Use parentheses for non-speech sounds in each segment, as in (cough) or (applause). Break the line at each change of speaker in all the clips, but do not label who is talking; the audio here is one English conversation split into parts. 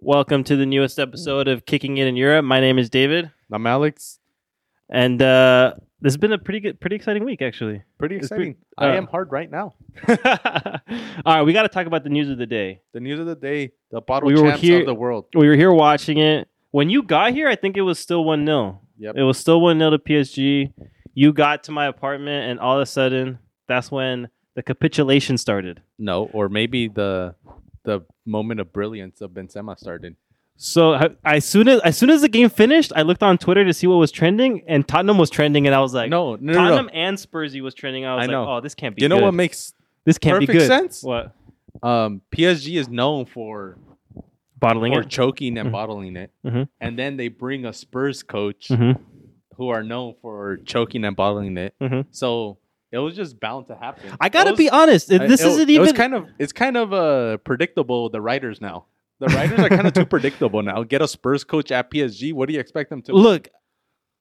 Welcome to the newest episode of Kicking It in Europe. My name is David,
I'm Alex.
and uh, this has been a pretty good, pretty exciting week, actually. (laughs)
Pretty
It's
exciting.
pretty-
I
uh,
am hard right now.
All right, we got to talk about the news of the day.
The news of the day, the bottle
We were
champs
here-
of the world.
We were here watching it. When you got here, I think it was still 1 0.
Yep.
It was still 1 0 to PSG. You got to my apartment, and all of a sudden, that's when the capitulation started.
No, or maybe the the moment of brilliance of Benzema started.
So I, as soon as as soon as the game finished, I looked on Twitter to see what was trending, and Tottenham was trending, and I was like,
no, no, no,
Tottenham
no.
and Spursy was trending. I was
I
like,
know.
oh, this can't be.
You know
good.
what makes
This can't be
perfect
good.
sense?
What
um, PSG is known for
bottling
for
it?
choking and
Mhm.
bottling it,
Mhm.
and then they bring a Spurs coach
Mhm.
who are known for choking and bottling it.
Mhm.
So it was just bound to happen.
I
It
gotta
was-
be honest. It,
I-
this
it,
isn't
It was
even.
kind of it's kind of uh, predictable. The writers now. The writers are kind of too (laughs) predictable now. Get a Spurs coach at PSG. What do you expect them to?
look,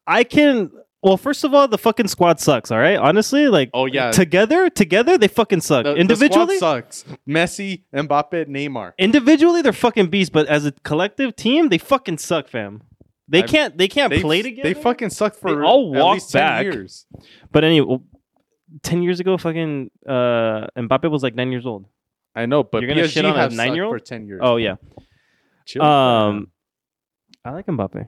I can. Well, first of all, the fucking squad sucks. All right, honestly, like,
Oh, yeah.
together, together they fucking suck.
The- the
individually,
squad sucks. Messi, Mbappe, Neymar.
individually they're fucking beasts, but as a collective team, they fucking suck, fam. They
I-
can't. They can't
They
play together.
They fucking sucked for
They all
at
walk
least 10
back.
years.
But anyway, well, ten years ago, fucking uh, Mbappe was like nine years old.
I know, but
You're gonna
PSG
shit on a
have sucked
nine-year-old?
for ten years.
Oh yeah.
Chill.
Um, I like Mbappe.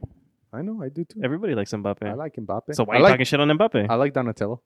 I know, I do too.
Everybody likes
I
Mbappe.
like Mbappe.
So why
I
are you
like
talking shit on Mbappe?
I like Donatello.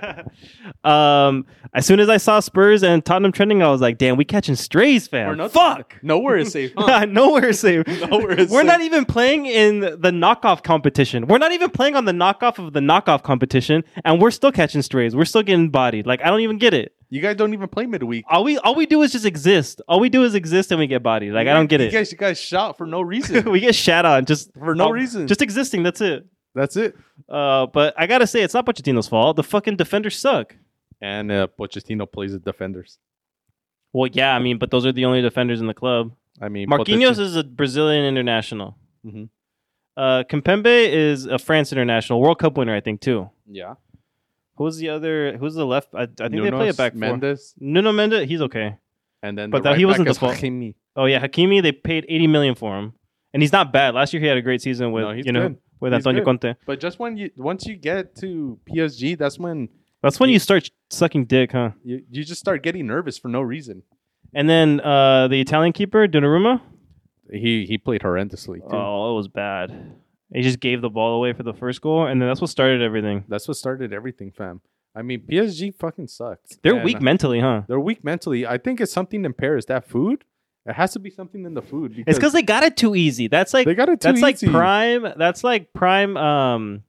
(laughs) um, as soon as I saw Spurs and Tottenham trending, I was like, "Damn, we catching strays,
We're
fam!
not-
Fuck,
Nowhere is safe.
(laughs)
huh?
nowhere
(laughs)
safe.
Nowhere
(laughs) We're
is safe.
not even playing in the knockoff competition. We're not even playing on the knockoff of the knockoff competition, and we're still catching strays. We're still getting bodied. Like I don't even get it.
You guys don't even play midweek.
All we all we do is just exist. All we do is exist, and we get bodied. Like
You
I don't
guys-
get
you
it. (laughs)
Guys, you guys shout for no reason.
we get shat on just
for no
all-
reason.
just existing. That's it.
That's it.
Uh, but I gotta say, it's not Pochettino's fault. The fucking defenders suck.
And uh, Pochettino plays the defenders.
Well, yeah, I mean, but those are the only defenders in the club.
I mean,
Marquinhos
Pochettino-
is a Brazilian international.
Mhm.
Uh, Kempembe is a France international, World Cup winner, I think, too.
yeah.
Who's the other? Who's the left? I, I think they play
Nunes,
it back four.
Mendes,
Nuno Mendes, he's okay.
and then
But
the
that- he
right
wasn't
back
the
is
fault.
Hakimi.
Oh yeah, Hakimi, they paid eighty million for him, and he's not bad. Last year he had a great season with
No, he's
you know
good.
with
He's
Antonio
good.
Conte.
But just when you once you get to PSG, that's when
That's when you start sucking dick, huh?
you, you just start getting nervous for no reason.
And then uh, the Italian keeper Donnarumma.
He he played horrendously too.
Oh, it was bad. He just gave the ball away for the first goal, and then that's what started everything.
That's what started everything, fam. I mean, PSG fucking sucks.
They're
And
weak mentally, huh?
They're weak mentally. I think it's something in Paris. That food, it has to be something in the food.
It's because they got it too easy. That's like
they got it too
that's like
easy.
prime. That's like prime um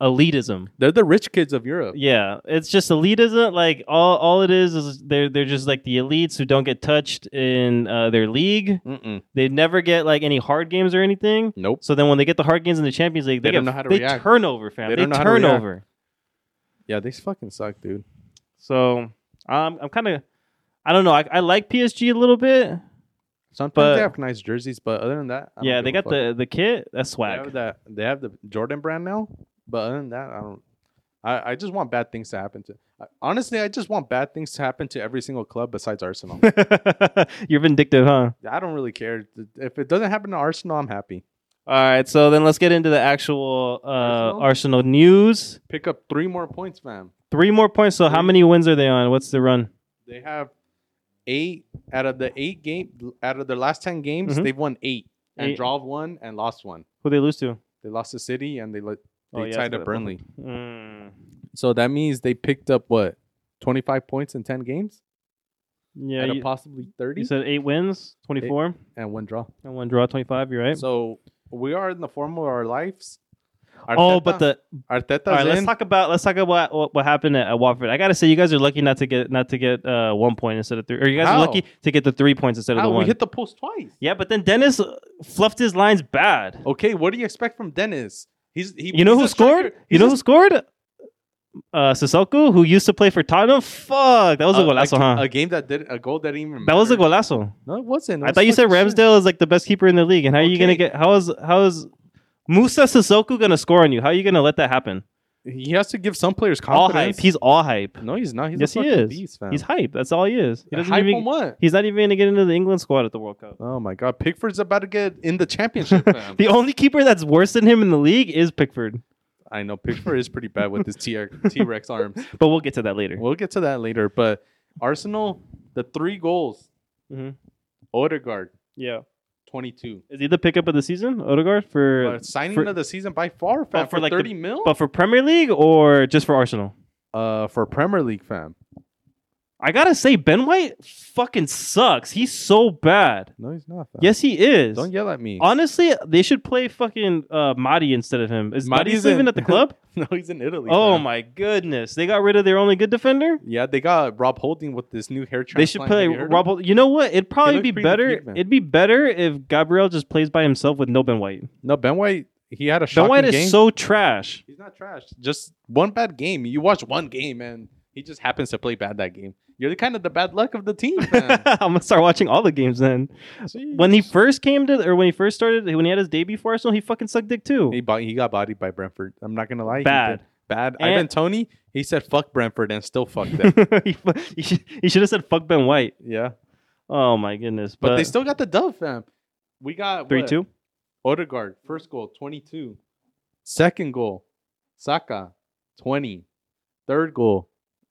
elitism.
They're the rich kids of Europe.
Yeah, it's just elitism. Like all all it is is they're they're just like the elites who don't get touched in uh, their league.
Mm-mm.
They never get like any hard games or anything.
Nope.
So then when they get the hard games in the Champions League, they,
They don't
get-
know how to
they
react.
turn over, fam. They,
They don't know how to
turn
react.
over.
Yeah, they fucking suck, dude.
So um, I'm kind of I don't know. I, I like PSG a little bit.
Sometimes
But-
they have nice jerseys, but other than that, I don't
yeah,
give
they
a
got
fuck.
the the kit. That's
They
swag.
have that. They have the Jordan brand now, but other than that, I don't. I, I just want bad things to happen to. I, honestly, I just want bad things to happen to every single club besides Arsenal. (laughs)
You're vindictive, huh?
I don't really care if it doesn't happen to Arsenal. I'm happy.
All right, so then let's get into the actual uh, Arsenal?
Arsenal?
news.
Pick up three more points, fam.
Three more points. So how
Three.
many wins are they on? What's the run?
They have eight out of the eight game out of their last ten games.
Mhm.
They've won eight and
Eight.
drawn one and lost one.
Who they lose to?
They lost to City and they let they
Oh, yeah,
tied
so
up
that-
Burnley. Hmm.
Mm,
So that means they picked up what twenty five points in ten games
yeah,
and
you,
possibly
you
thirty
said eight wins, twenty-four,
and one draw.
and one draw, twenty-five. You're right.
So we are in the form of our lives.
oh, but the
Arteta's
all right. Let's
in.
talk about let's talk about what, what happened at, at Watford. I gotta say, you guys are lucky not to get not to get uh, one point instead of three, or you guys are
How?
lucky to get the three points instead of the
How? Ah, we
one.
hit the post twice.
yeah, but then Dennis uh, fluffed his lines bad.
Okay, what do you expect from Dennis? He's he,
You know
he's
who
a striker.
scored? You
He's
know
a-
who scored? Uh, Sissoko, who used to play for Tottenham. Fuck, that was a golazo,
a,
huh?
a game that did a goal that didn't even
that was a
matter.
golazo.
No, it wasn't. It
I
was
thought you said
fucking shit.
Ramsdale is like the best keeper in the league, and how are you gonna
Okay.
get? How is how is Musa Sissoko gonna score on you? How are you gonna let that happen?
he has to give some players
all
confidence.
hype. Oh, He's all hype.
no, he's not. He's
Yes,
a
he
fucking
is.
beast, fam.
He's hype. That's all he is. He doesn't
hype
even. (laughs)
on what?
He's not even going to get into the England squad at the World Cup.
Oh my God, Pickford's about to get in
(laughs)
the championship. Fam.
The only keeper that's worse than him in the league is Pickford.
I know Pickford is pretty bad with his T (laughs) Rex arms.
But we'll get to that later.
We'll get to that later. But Arsenal, the three goals.
Mhm.
Odegaard,
Yeah.
twenty-two.
Is he the pickup of the season, Odegaard, for
Uh, signing
for- Oh,
of the season by far, fam,
for
for,
like the-
thirty mil.
but for Premier League or just for Arsenal?
uh, for Premier League, fam.
I gotta say, Ben White fucking sucks. He's so bad.
No, he's not. Fam.
Yes, he is.
Uh, Don't yell at me.
Honestly, they should play fucking uh, Madi instead of him. Is Madi
Madi's
still even
in-
at
(laughs)
the club?
(laughs) no, he's in Italy.
oh
fam.
my goodness, they got rid of their only good defender.
Yeah, they got Rob Holding with this new hair transplant.
They should play
Have you heard
Rob.
of
Hol- You know what? It'd probably
looked
be
pretty good
better.
league, man.
It'd be better if Gabriel just plays by himself with no Ben White.
him? No, Ben White. He had a shocking
ben White is
game.
so trash.
He's not trash. Just one bad game. You watch one game, and he just happens to play bad that game. You're the kind of the bad luck of the team. man.
(laughs) I'm gonna start watching all the games then. When he first came to, or when he first started, when he had his debut for Arsenal, he fucking sucked dick too.
he, bought, he got bodied by Brentford. I'm not gonna lie. he
Bad.
did. bad.
And-
Ivan Tony. He said fuck Brentford and still fuck
(laughs)
them.
he fu- he should, he should have said fuck Ben White.
yeah,
Oh my goodness.
but
But,
they still got the dub, fam. We got
three
what?
two.
Odegaard, first goal, 22. Second goal, Saka, 20. Third goal,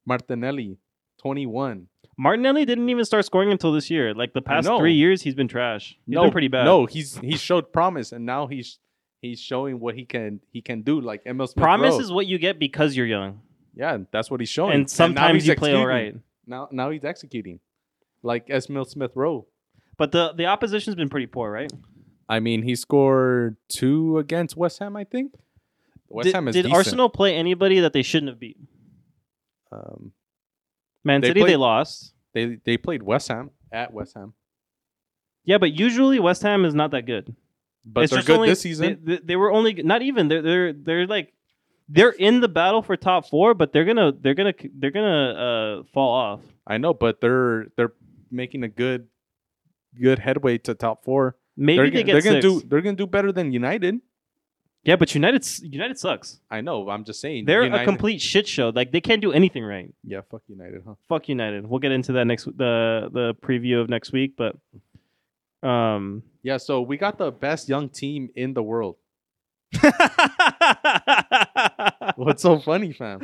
Martinelli, 21.
Martinelli didn't even start scoring until this year. Like the past
know.
three years, he's been trash. He's been pretty bad.
No, he's he showed promise, and now he's he's showing what he can he can do. Like Emil Smith
promise is what you get because you're young,
yeah, that's what he's showing.
and
now
sometimes
he's
you play all
executing.
right.
Now now he's executing, like Emil Smith Rowe.
But the the opposition's been pretty poor, right?
I mean, he scored two against West Ham, I think. West
did
Ham is
did
decent.
Arsenal play anybody that they shouldn't have beat?
Um,
Man
They
City, they
played-
lost.
they they played West Ham at West Ham,
Yeah, but usually West Ham is not that good.
but
It's
they're
just
good
only-
this season.
They, they, they were only not even they're they're they're like they're in the battle for top four, but they're gonna they're gonna they're gonna uh, fall off.
I know, but they're they're making a good good headway to top four.
Maybe
they're
they
gonna-
get
they're gonna
six.
do they're gonna do better than United.
yeah, but United United sucks.
I know. I'm just saying
They're
United,
a complete shit show. Like they can't do anything right.
yeah. Fuck United, huh?
Fuck United. We'll get into that next the the preview of next week, but
(laughs)
um.
Yeah. So we got the best young team in the world. (laughs) What's so funny, fam?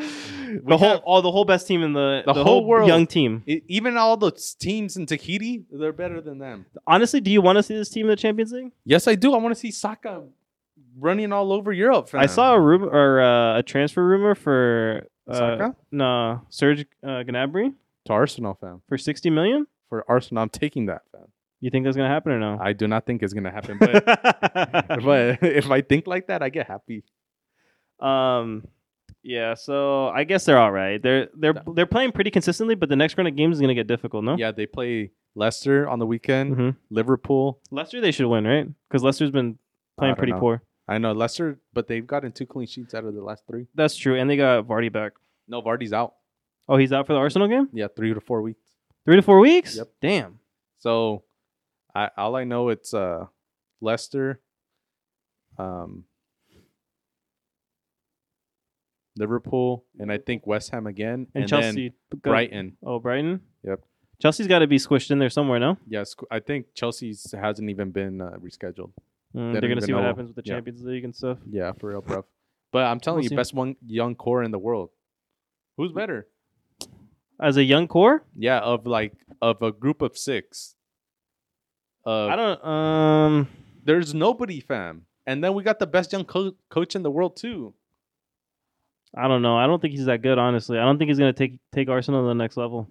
the whole
have-
all the whole best team in the
The whole world.
young team.
E- even all those teams in Tahiti, they're better than them.
Honestly, do you want to see this team in the Champions League?
Yes, I do. I want to see Saka running all over Europe. Fam.
I saw a rumor or uh, a transfer rumor for uh,
Saka
Nah, Serge uh, Gnabry
to Arsenal, fam.
for sixty million.
For Arsenal, I'm taking that, fam.
You think that's gonna happen or no?
I do not think it's gonna happen, (laughs) but (laughs) but if I (laughs) think like that, I get happy.
um, yeah. So I guess they're all right. They're they're they're playing pretty consistently, but the next round of games is gonna get difficult. No.
Yeah, they play Leicester on the weekend.
Mhm.
Liverpool.
Leicester they should win, right? Because Leicester's been
I
playing
don't
pretty
know.
poor.
I know Leicester, but they've gotten two clean sheets out of the last three.
That's true, and they got Vardy back.
No, Vardy's out.
Oh, he's out for the Arsenal game.
Yeah, three to four weeks.
Three to four weeks.
Yep.
Damn.
So, I all I know it's uh Leicester, um, Liverpool, and I think West Ham again,
And,
and, then
Chelsea. got-
Brighton.
Oh, Brighton.
Yep.
Chelsea's got to be squished in there somewhere, no? Mm,
Yes, I think Chelsea's hasn't even been uh, rescheduled.
Mm,
They
they're
don't
gonna
even
see what
know.
happens with the
Yeah.
Champions League and stuff.
Yeah, for real, bro. But I'm telling
We'll
you,
see.
best one young core in the world. Who's better?
As a young core,
Yeah, of like of a group of six. Uh,
I don't. Um,
there's nobody, fam. And then we got the best young co- coach in the world too.
I don't know. I don't think he's that good, honestly. I don't think he's gonna take take Arsenal to the next level.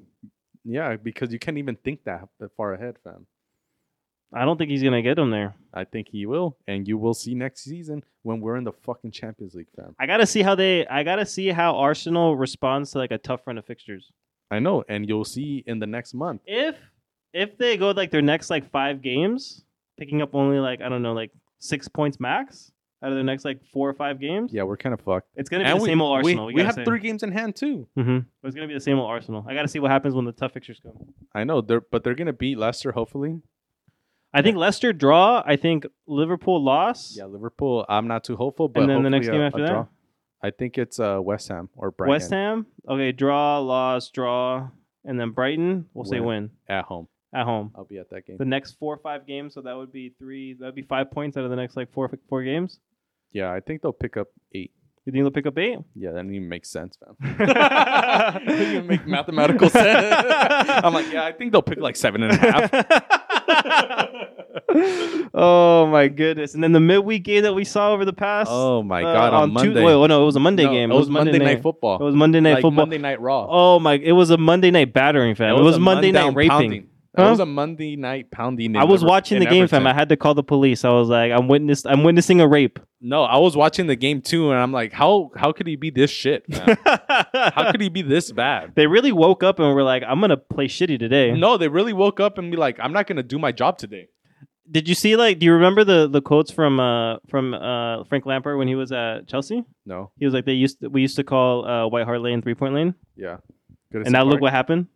Yeah, because you can't even think that that far ahead, fam.
I don't think he's gonna get him there.
I think he will, and you will see next season when we're in the fucking Champions League, fam.
I gotta see how they. I gotta see how Arsenal responds to like a tough run of fixtures.
I know, and you'll see in the next month.
If if they go like their next like five games, picking up only like I don't know like six points max out of their next like four or five games,
Yeah, we're kind of fucked.
it's gonna be the
we,
same old
we-
Arsenal.
We,
gotta
have
say.
three Mm-hmm. games in hand too.
Mhm. It's gonna be the same old Arsenal. I gotta see what happens when the tough fixtures come.
I know, they're but they're gonna beat Leicester hopefully.
I think Leicester draw. I think Liverpool loss.
Yeah, Liverpool. I'm not too hopeful, but
and then the next
hopefully
game
a-
after
a
that.
draw. I think it's uh, West Ham or Brighton
West Ham. Okay, draw, loss, draw, and then Brighton. We'll say win
at home.
at home.
I'll be at that game.
The next four or five games, so that would be three. That would be five points out of the next like four four games.
yeah, I think they'll pick up eight.
You think they'll pick up
(laughs)
eight?
Yeah, that doesn't even make sense, man. (laughs)
Doesn't
doesn't even
(laughs)
make mathematical sense. I'm like, yeah, I think they'll pick like seven and a
(laughs)
half.
oh my goodness! And then the midweek game that we saw over the past.
oh my
uh,
god, on,
Tu-
Monday.
wait, oh no, it was a Monday
No,
game.
It was Monday night, football.
It was Monday night
like
football.
Monday night Raw.
Oh my! It was a Monday night battering, fam. It was,
a
Monday night
down
raping.
pounding. It
Huh?
was a Monday night pounding. in
I was
Ever-
watching the
in
game,
Everton.
fam. I had to call the police. I was like, I'm witness. I'm witnessing a rape.
no, I was watching the game too, and I'm like, how how could he be this
(laughs)
shit? man? how could he be this bad?
they really woke up and were like, I'm gonna play shitty today.
No, they really woke up and be like, I'm not gonna do my job today.
Did you see like? Do you remember the the quotes from uh from uh Frank Lampard when he was at Chelsea?
No,
He was like, they used to, we used to call uh, White Hart Lane three point lane,
yeah, Goodison
and now
Park.
look what happened.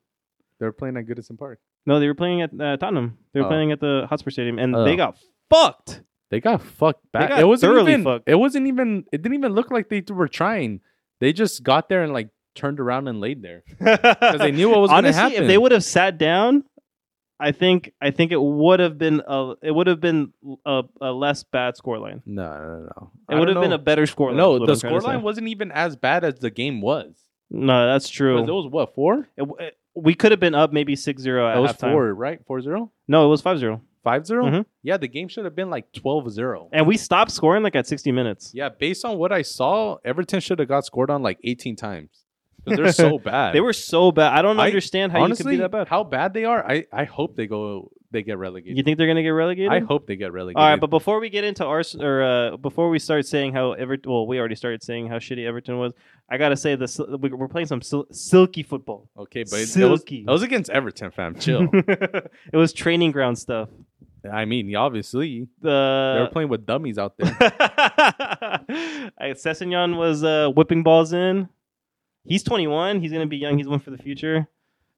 they're playing at Goodison Park.
No, they were playing at uh, Tottenham. They were
Oh.
playing at the Hotspur Stadium, and
Oh.
they got
(laughs)
fucked.
They got fucked back.
got
it wasn't
thoroughly
even.
fucked.
It wasn't even. It didn't even look like they were trying. They just got there and like turned around and laid there because they knew what was going to
Honestly,
happen.
if they would have sat down, I think I think it would have been a it would have been a, a less bad scoreline.
no, no, no. I
It would
don't
have been
know.
a better scoreline. is
No,
what
the
I'm trying to say.
scoreline wasn't even as bad as the game was.
No, that's
'Cause
true.
It was what four?
It w- it- we could have been up maybe 6-0 at
It was
halftime.
four, right? Four zero.
No, it was 5-0.
Five zero?
Mhm.
Yeah, the game should have been like 12-0.
And we stopped scoring like at 60 minutes.
Yeah, based on what I saw, Everton should have got scored on like 18 times.
(laughs)
'Cause They're so bad.
They were so bad. I don't
I-
understand how
honestly
you could be that bad.
How bad they are. I, I hope they go they get relegated.
You think they're going to get relegated?
I hope they get relegated.
All right, but before we get into our or uh, before we start saying how Everton, well, we already started saying how shitty Everton was. I gotta say this: we- we're playing some sil- silky football.
okay, but it, it was
Silky.
it was against Everton, fam. Chill.
(laughs) it was training ground stuff. Uh,
I mean, obviously they were
The
playing with dummies
(laughs)
out there.
I- Sessegnon was uh, whipping balls in. He's 21. He's gonna be young. He's one for the future.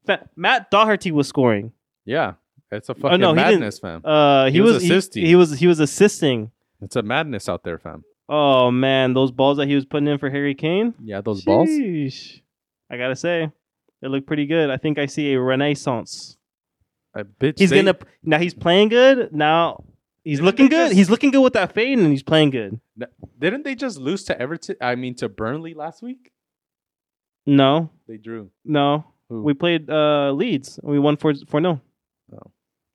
Fa- Matt Doherty was scoring.
yeah, it's a fucking
Oh, no, he didn't.
madness, fam.
Uh, he,
He was
was he-
assisting.
He, was he was assisting.
It's a madness out there, fam.
Oh man, those balls that he was putting in for Harry Kane.
Yeah, those balls.
Sheesh. I gotta say, they look pretty good. I think I see a renaissance.
I bitch.
He's
they-
gonna now. He's playing good now. He's
Didn't
looking
they
good.
just-
He's looking good with that fade, and he's playing good.
Didn't they just lose to Everton? I mean, to Burnley last week.
No, (laughs)
They drew.
no.
Who?
We played uh Leeds. We won four four no.
Oh.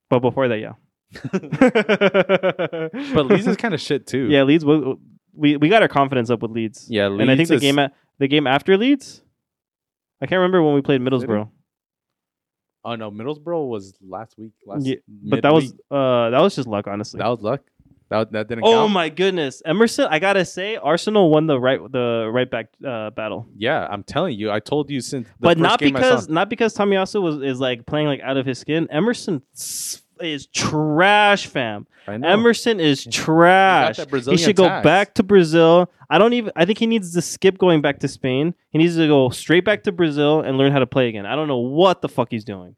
But before that, yeah.
(laughs) But Leeds is kind of shit too.
(laughs) yeah, Leeds. We, we we got our confidence up with Leeds.
yeah.
and I think
Leeds
the
is-
game at the game after Leeds. I can't remember when we played Middlesbrough.
Oh no, Middlesbrough was last week. Last
Yeah, But that was
midweek.
uh that was just luck, honestly.
that was luck. That that didn't.
Oh
count.
my goodness, Emerson! I gotta say, Arsenal won the right the right back uh, battle,
Yeah, I'm telling you. I told you since. The
but
first
not
game I saw-
because not because Tomiyasu was is like playing like out of his skin. Emerson s- is trash, fam.
I know.
Emerson is trash.
that
He
Brazilian
should go
tax.
back to Brazil. I don't even. I think he needs to skip going back to Spain. He needs to go straight back to Brazil and learn how to play again. I don't know what the fuck he's doing.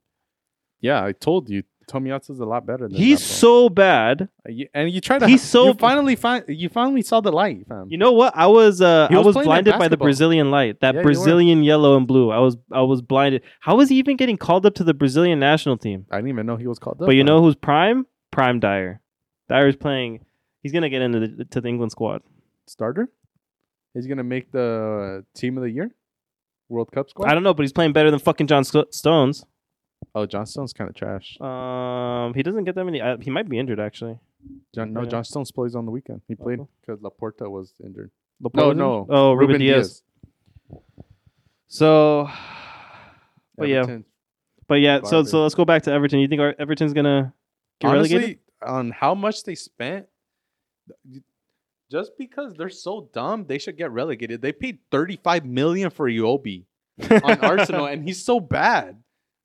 Yeah, I told you. Tomiyasu's a lot better. Than
He's
that, bro.
so bad.
Uh, you- and you try to.
He's so-
You finally find. You finally saw the light, fam.
You know what? I was uh,
He
I
was
was
playing at
blinded by the
basketball.
Brazilian light, that
Yeah, you were.
Brazilian yellow and blue. I was I was blinded. How is he even getting called up to the Brazilian national team?
I didn't even know he was called up.
But you
fam.
know who's prime? Prime Dyer. Dyer's playing. He's gonna get into the to the England squad.
starter. He's gonna make the team of the year, World Cup squad.
I don't know, but he's playing better than fucking John Sto- Stones.
Oh, John Stone's kind of trash.
Um, he doesn't get that many. Uh, he might be injured actually.
John, no,
Yeah.
John Stones plays on the weekend. He played
Oh.
because Laporta was injured.
Laporte was
no.
injured? Oh, Ruben, Diaz. So, But yeah.
Everton.
but yeah. So
Garbage.
so let's go back to Everton. You think our, Everton's gonna get relegated?
Honestly, on how much they spent, just because they're so dumb, they should get relegated. They paid thirty-five million for Uobi (laughs) on
(laughs)
Arsenal, and he's so bad.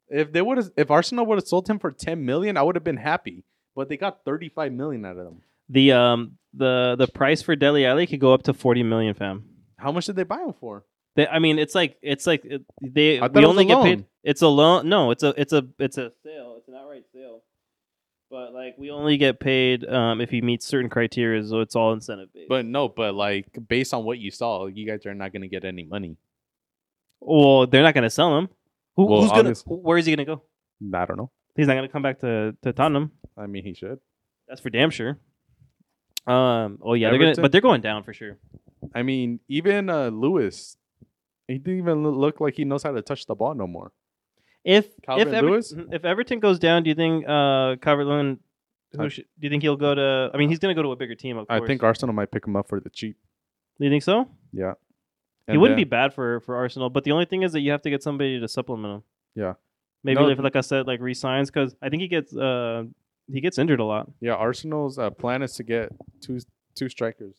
If they would have, if Arsenal would have sold him for ten million, I would have been happy. But they got thirty-five million out of them.
the um the the price for Deli Alley could go up to forty million, fam.
How much did they buy him for?
They, I mean, it's like it's like it, they
I thought
we
it was
only
a
get
loan.
paid. It's a loan. No, it's a it's a it's a sale. It's an outright sale. But like we only get paid um, if he meets certain criteria, so it's all incentive based.
But no, but like based on what you saw, you guys are not gonna get any money.
well, they're not gonna sell him. Who,
Well,
who's gonna?
obvious-
who- Where is he gonna go?
I don't know.
He's not gonna come back to to Tottenham.
I mean, he should.
That's for damn sure. Um. Oh yeah, they're gonna,
Everton?
but they're going down for sure.
I mean, even uh, Lewis, he didn't even lo- look like he knows how to touch the ball no more.
If if
Calvert-Lewis?
Ever- if Everton goes down, do you think uh Calvert-Lewin? Who
I-
should, do you think he'll go to? I mean, he's gonna go to a bigger team. Of
I
course.
think Arsenal might pick him up for the cheap.
Do you think so?
Yeah,
he wouldn't
uh,
be bad for for Arsenal, but the only thing is that you have to get somebody to supplement him.
Yeah.
Maybe
No,
if, like I said, like resigns because I think he gets uh he gets injured a lot.
Yeah, Arsenal's uh, plan is to get two two strikers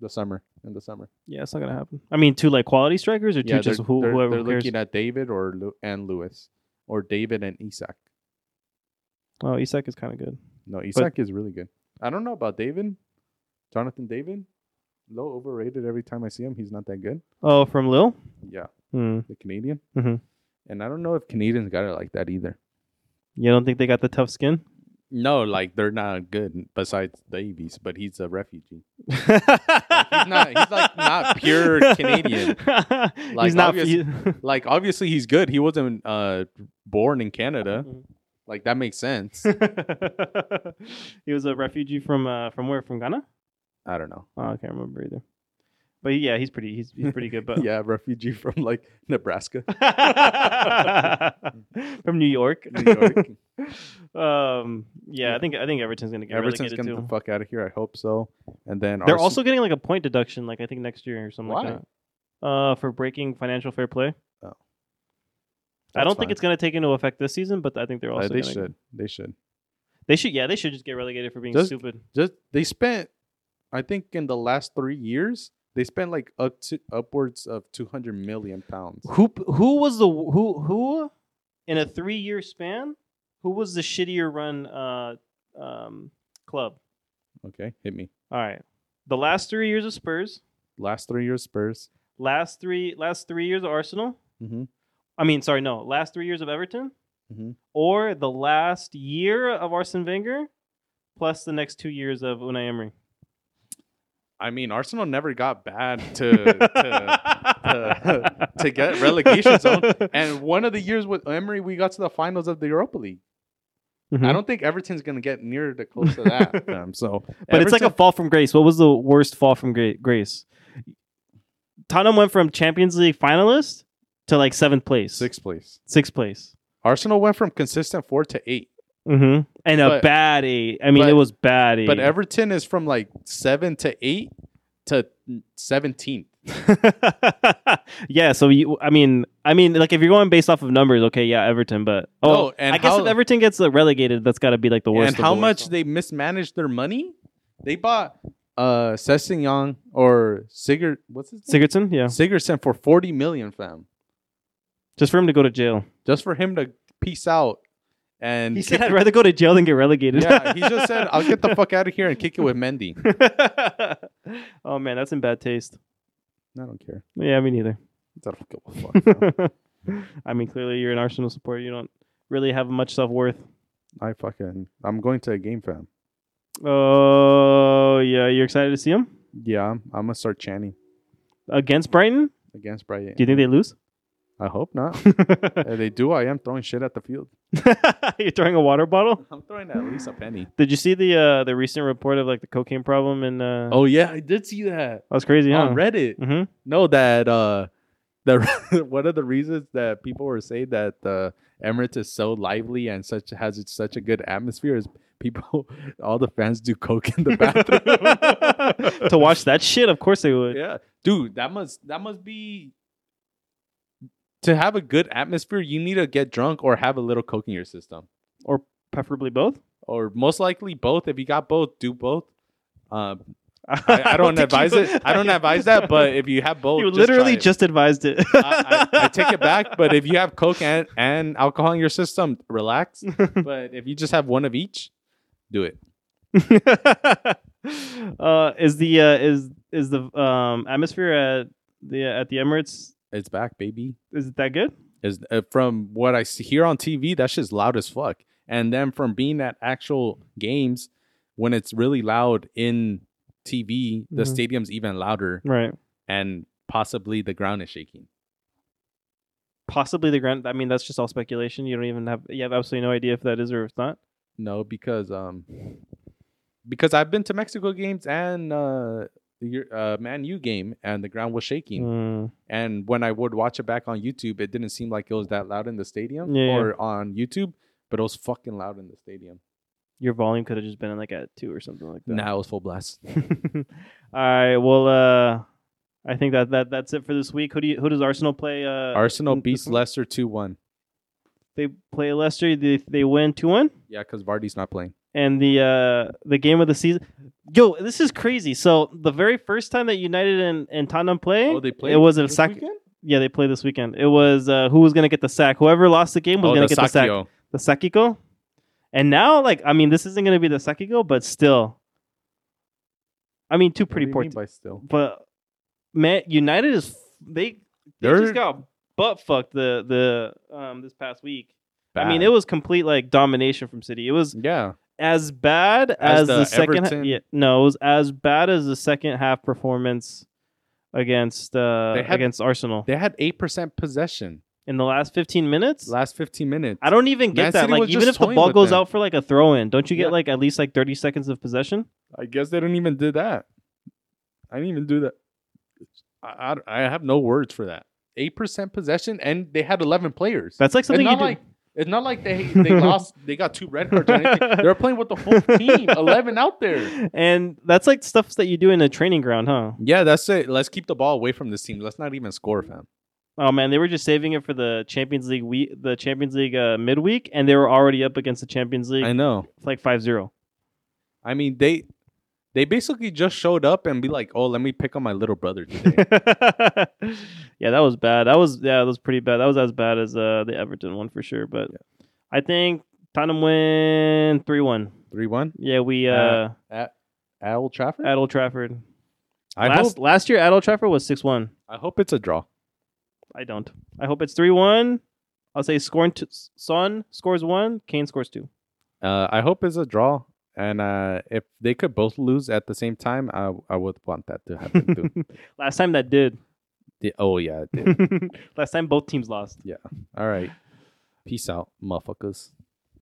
the summer in the summer.
Yeah, it's not gonna happen. I mean, two like quality strikers or two
yeah,
just
they're,
who,
they're,
whoever
they're
cares.
looking at David or Lu- and Lewis or David and Isak.
oh, Isak is kind of good.
No, Isak is really good. I don't know about David, Jonathan David. Low overrated every time I see him. He's not that good.
Oh, from Lille.
Yeah,
Hmm.
the Canadian.
Mhm.
And I don't know if Canadians got it like that either.
You don't think they got the tough
(laughs)
skin?
No, like they're not good besides Davies, but he's a refugee.
he's
not- he's, like, not pure Canadian.
(laughs) he's
Like,
not.
obvious- Like obviously he's good. He wasn't uh born in Canada.
Mhm.
Like that makes sense.
(laughs) he was a refugee from uh, from where? From Ghana?
I don't know.
Oh, I can't remember either. But yeah, he's pretty. He's he's pretty good. But
(laughs) yeah, refugee from like Nebraska.
(laughs) from New York.
New York.
(laughs) um, yeah, I think I think Everton's gonna get
Everton's
relegated
getting the
too.
fuck out of here. I hope so. And then
They're
Arsen-
also getting like a point deduction, like I think next year or something
Why?
like that, uh, for breaking financial fair play.
Oh.
I don't think
That's fine.
it's gonna take into effect this season, but I think they're
Uh,
also
they
gonna-
should. They should.
They should. Yeah, they should just get relegated for being
Just-
stupid.
Just they spent I think in the last 3 years, they spent like up to upwards of 200 million pounds.
Who who was the who who in a three year span? Who was the shittier run uh, um, club?
Okay, hit me.
All right, the last three years of Spurs.
Last 3 years Spurs.
last three last three years of Arsenal.
Mhm.
I mean, sorry, no, last three years of Everton, Mm-hmm.
Mhm.
or the last year of Arsene Wenger, plus the next two years of Unai Emery.
I mean, Arsenal never got (laughs) bad to, to to- to get relegation zone.
(laughs)
and one of the years with Emery, we got to the finals of the Europa League.
Mm-hmm.
I don't think Everton's gonna get near to close to (laughs) that. um, so,
but it's like a fall from grace. What was the worst fall from gra- grace? Tottenham went from Champions League finalist to like seventh place,
sixth place.
sixth place,
Arsenal went from consistent four to eight,
mm-hmm. and a
But-
bad eight. I mean,
but-
it was bad eight.
but Everton is from like seven to eight to seventeenth.
(laughs) yeah, so you, I mean, I mean, like if you're going based off of numbers, okay, yeah, Everton, but oh,
No, and
I guess
how-
if Everton gets uh, relegated, that's got to be like the worst.
And
of
how
the
much
worst.
they mismanaged their money? They bought uh Sessegnon or Sigurd. What's his name?
Sigurdsson, yeah,
Sigurdsson for forty million, fam.
just for him to go to jail.
just for him to peace out and
He said,
kick-
(laughs) "I'd rather go to jail than get relegated."
yeah, he just said, "I'll get (laughs) the fuck out of here and kick it with Mendy."
(laughs) oh man, that's in bad taste.
I don't care.
Yeah, me
(laughs)
neither.
I don't give a (laughs) fuck. bro.
(laughs) I mean, clearly you're an Arsenal supporter. You don't really have much self worth.
I fucking. I'm going to a game, fam.
Oh yeah, you're excited to see him
Yeah, I'm, I'm gonna start chanting
against Brighton.
against Brighton.
Do you think they lose? (laughs)
I hope not. (laughs) if they do, I am throwing shit at the field.
you're throwing a water bottle.
I'm throwing at least a penny.
Did you see the uh, the recent report of like the cocaine problem and uh,
Oh yeah, I did see that
that was crazy, huh? (laughs)
on Reddit.
hmm
No, that uh, (laughs) that one of the reasons that people were saying that the Emirates is so lively and such has such a good atmosphere is people, (laughs) all the fans do coke in the (laughs) bathroom (laughs)
to watch that shit, of course they would.
Yeah, dude, that must that must be to have a good atmosphere. You need to get drunk or have a little coke in your system,
Preferably both.
or most likely both. If you got both, do both. Um,
(laughs)
I, I don't
think
advise
you-
it.
(laughs)
I don't advise that. But if you have both,
you
try
literally
it.
just advised it.
I, I, I take it back. But if you have coke and, and alcohol in your system,
(laughs)
relax. but if you just have one of each, do it.
(laughs) uh, is the uh, is is the um, atmosphere at the at the Emirates
It's back, baby.
is it that good?
Is uh, from what I see here on TV, that shit's loud as fuck. and then from being at actual games when it's really loud in TV, the
Mhm.
stadium's even louder,
Right.
and possibly the ground is shaking.
Possibly the ground. I mean, that's just all speculation. You don't even have you have absolutely no idea if that is or if it's not.
No, because um, because I've been to Mexico games and uh, your uh, Man U game, and the ground was shaking.
Mm,
And when I would watch it back on YouTube, it didn't seem like it was that loud in the stadium
Yeah, yeah.
or on YouTube, but it was fucking loud in the stadium.
your volume could have just been like at two or something like that.
Now it was full blast.
(laughs) All right. Well, uh, I think that, that that's it for this week. Who do you, who does Arsenal play? Uh,
Arsenal
this
beats
one?
Leicester two one.
they play Leicester. They they win two one.
Yeah, because Vardy's not playing.
and the uh the game of the season. Yo, this is crazy. So the very first time that United and, and Tottenham play,
Oh, they played
Eh, It was a
this
sack.
weekend?
Yeah, they play this weekend. It was uh who was gonna get the sack. Whoever lost the game was
Oh,
gonna
the
get the sack.
Sacchio.
The sakiko. And now, like, I mean, this isn't gonna be the sakiko, but still, I mean, two pretty
What do you
poor.
mean
te-
by still.
but man, United is they they
They're
just got butt fucked the the um this past week. I mean,
bad.
it was complete like domination from City. It was
yeah.
as bad as,
As
the,
the
second
Everton-
yeah, no, it was as bad as the second half performance against uh
They had-
against Arsenal
They had eight percent possession
in the last 15 minutes.
last fifteen minutes.
I don't even get
Man
that.
City
Like
was
even
just
if the
toying
ball
with
goes
them.
out for like a throw in, don't you get
Yeah.
like at least like 30 seconds of possession?
I guess they didn't even do that. I didn't even do that. I, I, I have no words for that. Eight percent possession, and they had eleven players.
That's like something
it's
you
not
do.
like it's not like they they lost. They got two red cards. Or anything. They're playing with the full
(laughs)
team, eleven out there.
(laughs) and that's like stuff that you do in a training ground, huh?
Yeah, that's it. Let's keep the ball away from this team. Let's not even score, fam.
Oh man, they were just saving it for the Champions League week, the Champions League uh, midweek, and they were already up against the Champions League
I know.
like 5-0.
I mean, they they basically just showed up and be like, "Oh, let me pick on my little
(laughs)
brother today."
yeah, that was bad. That was yeah, that was pretty bad. That was as bad as uh, the Everton one for sure. But I think Tottenham win three one.
Three one
Yeah, we uh,
Uh, at Old Trafford.
at Old Trafford.
I
last
hope
last year at Old Trafford was six one.
I hope it's a draw.
I don't. I hope it's three one. I'll say scoring t- Son scores one, Kane scores two.
Uh, I hope it's a draw. And uh, if they could both lose at the same time, I I would want that to happen
(laughs)
too.
last time that did.
The- oh yeah, it did.
(laughs) last time both teams lost.
All right. Peace out, motherfuckers.